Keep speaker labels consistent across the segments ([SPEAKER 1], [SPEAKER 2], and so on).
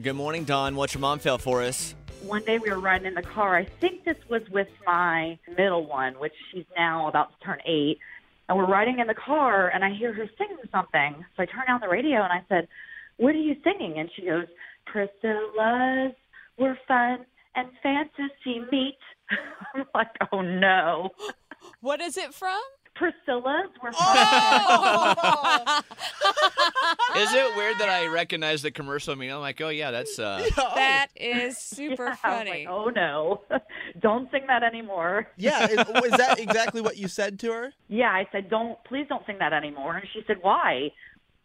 [SPEAKER 1] Good morning, Don. What's your mom fail for us?
[SPEAKER 2] one day we were riding in the car. I think this was with my middle one, which she's now about to turn eight. And we're riding in the car, and I hear her singing something. So I turn on the radio and I said, What are you singing? And she goes, Priscilla's were fun and fantasy meet. I'm like, Oh no.
[SPEAKER 3] What is it from?
[SPEAKER 2] Priscilla's were fun. and
[SPEAKER 1] Is it weird that I recognize the commercial? I mean, I'm like, oh yeah, that's uh,
[SPEAKER 3] That is super
[SPEAKER 2] fantasy meet." Oh. I was like,
[SPEAKER 3] funny.
[SPEAKER 2] oh no. don't sing that anymore.
[SPEAKER 4] Yeah, is, was that exactly what you said to her?
[SPEAKER 2] yeah, I said, don't, please don't sing that anymore. And she said, why?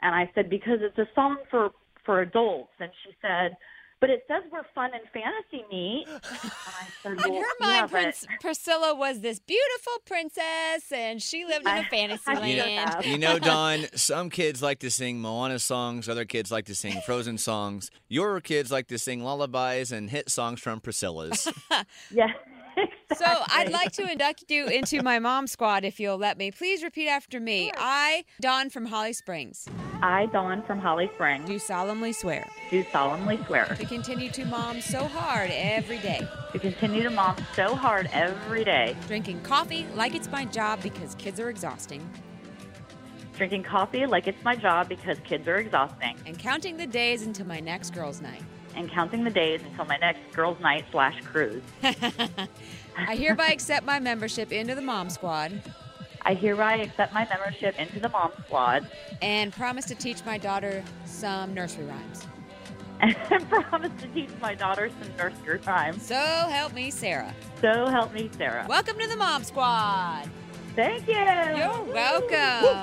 [SPEAKER 2] And I said, because it's a song for, for adults. And she said, but it says we're fun and fantasy meet. And I said, well,
[SPEAKER 3] In her
[SPEAKER 2] yeah, but
[SPEAKER 3] mind, Prince, Priscilla was this beautiful princess, and she lived in
[SPEAKER 2] I-
[SPEAKER 3] a fantasy
[SPEAKER 2] I
[SPEAKER 1] you
[SPEAKER 2] feel
[SPEAKER 3] land.
[SPEAKER 2] bad.
[SPEAKER 1] know, you know, Don. Some kids like to sing Moana songs. Other kids like to sing Frozen songs. Your kids like to sing lullabies and hit songs from Priscilla's.
[SPEAKER 2] Yeah.
[SPEAKER 3] So I'd like to induct you into my mom squad if you'll let me. Please repeat after me. I, Dawn from Holly Springs,
[SPEAKER 2] I, Dawn from Holly Springs,
[SPEAKER 3] do solemnly swear
[SPEAKER 2] do solemnly swear
[SPEAKER 3] to continue to mom so hard every day,
[SPEAKER 2] to continue to mom so hard every day,
[SPEAKER 3] drinking coffee like it's my job because kids are exhausting,
[SPEAKER 2] drinking coffee like it's my job because kids are exhausting,
[SPEAKER 3] and counting the days until my next girls' night.
[SPEAKER 2] and counting the days until my next girls' night slash cruise.
[SPEAKER 3] I hereby accept my membership into the mom squad
[SPEAKER 2] I hereby accept my membership into the Mom Squad
[SPEAKER 3] and promise to teach my daughter some nursery rhymes.
[SPEAKER 2] and promise to teach my daughter some nursery rhymes.
[SPEAKER 3] So help me, Sarah.
[SPEAKER 2] So help me, Sarah.
[SPEAKER 3] Welcome to the Mom Squad.
[SPEAKER 2] Thank you.
[SPEAKER 3] You're welcome.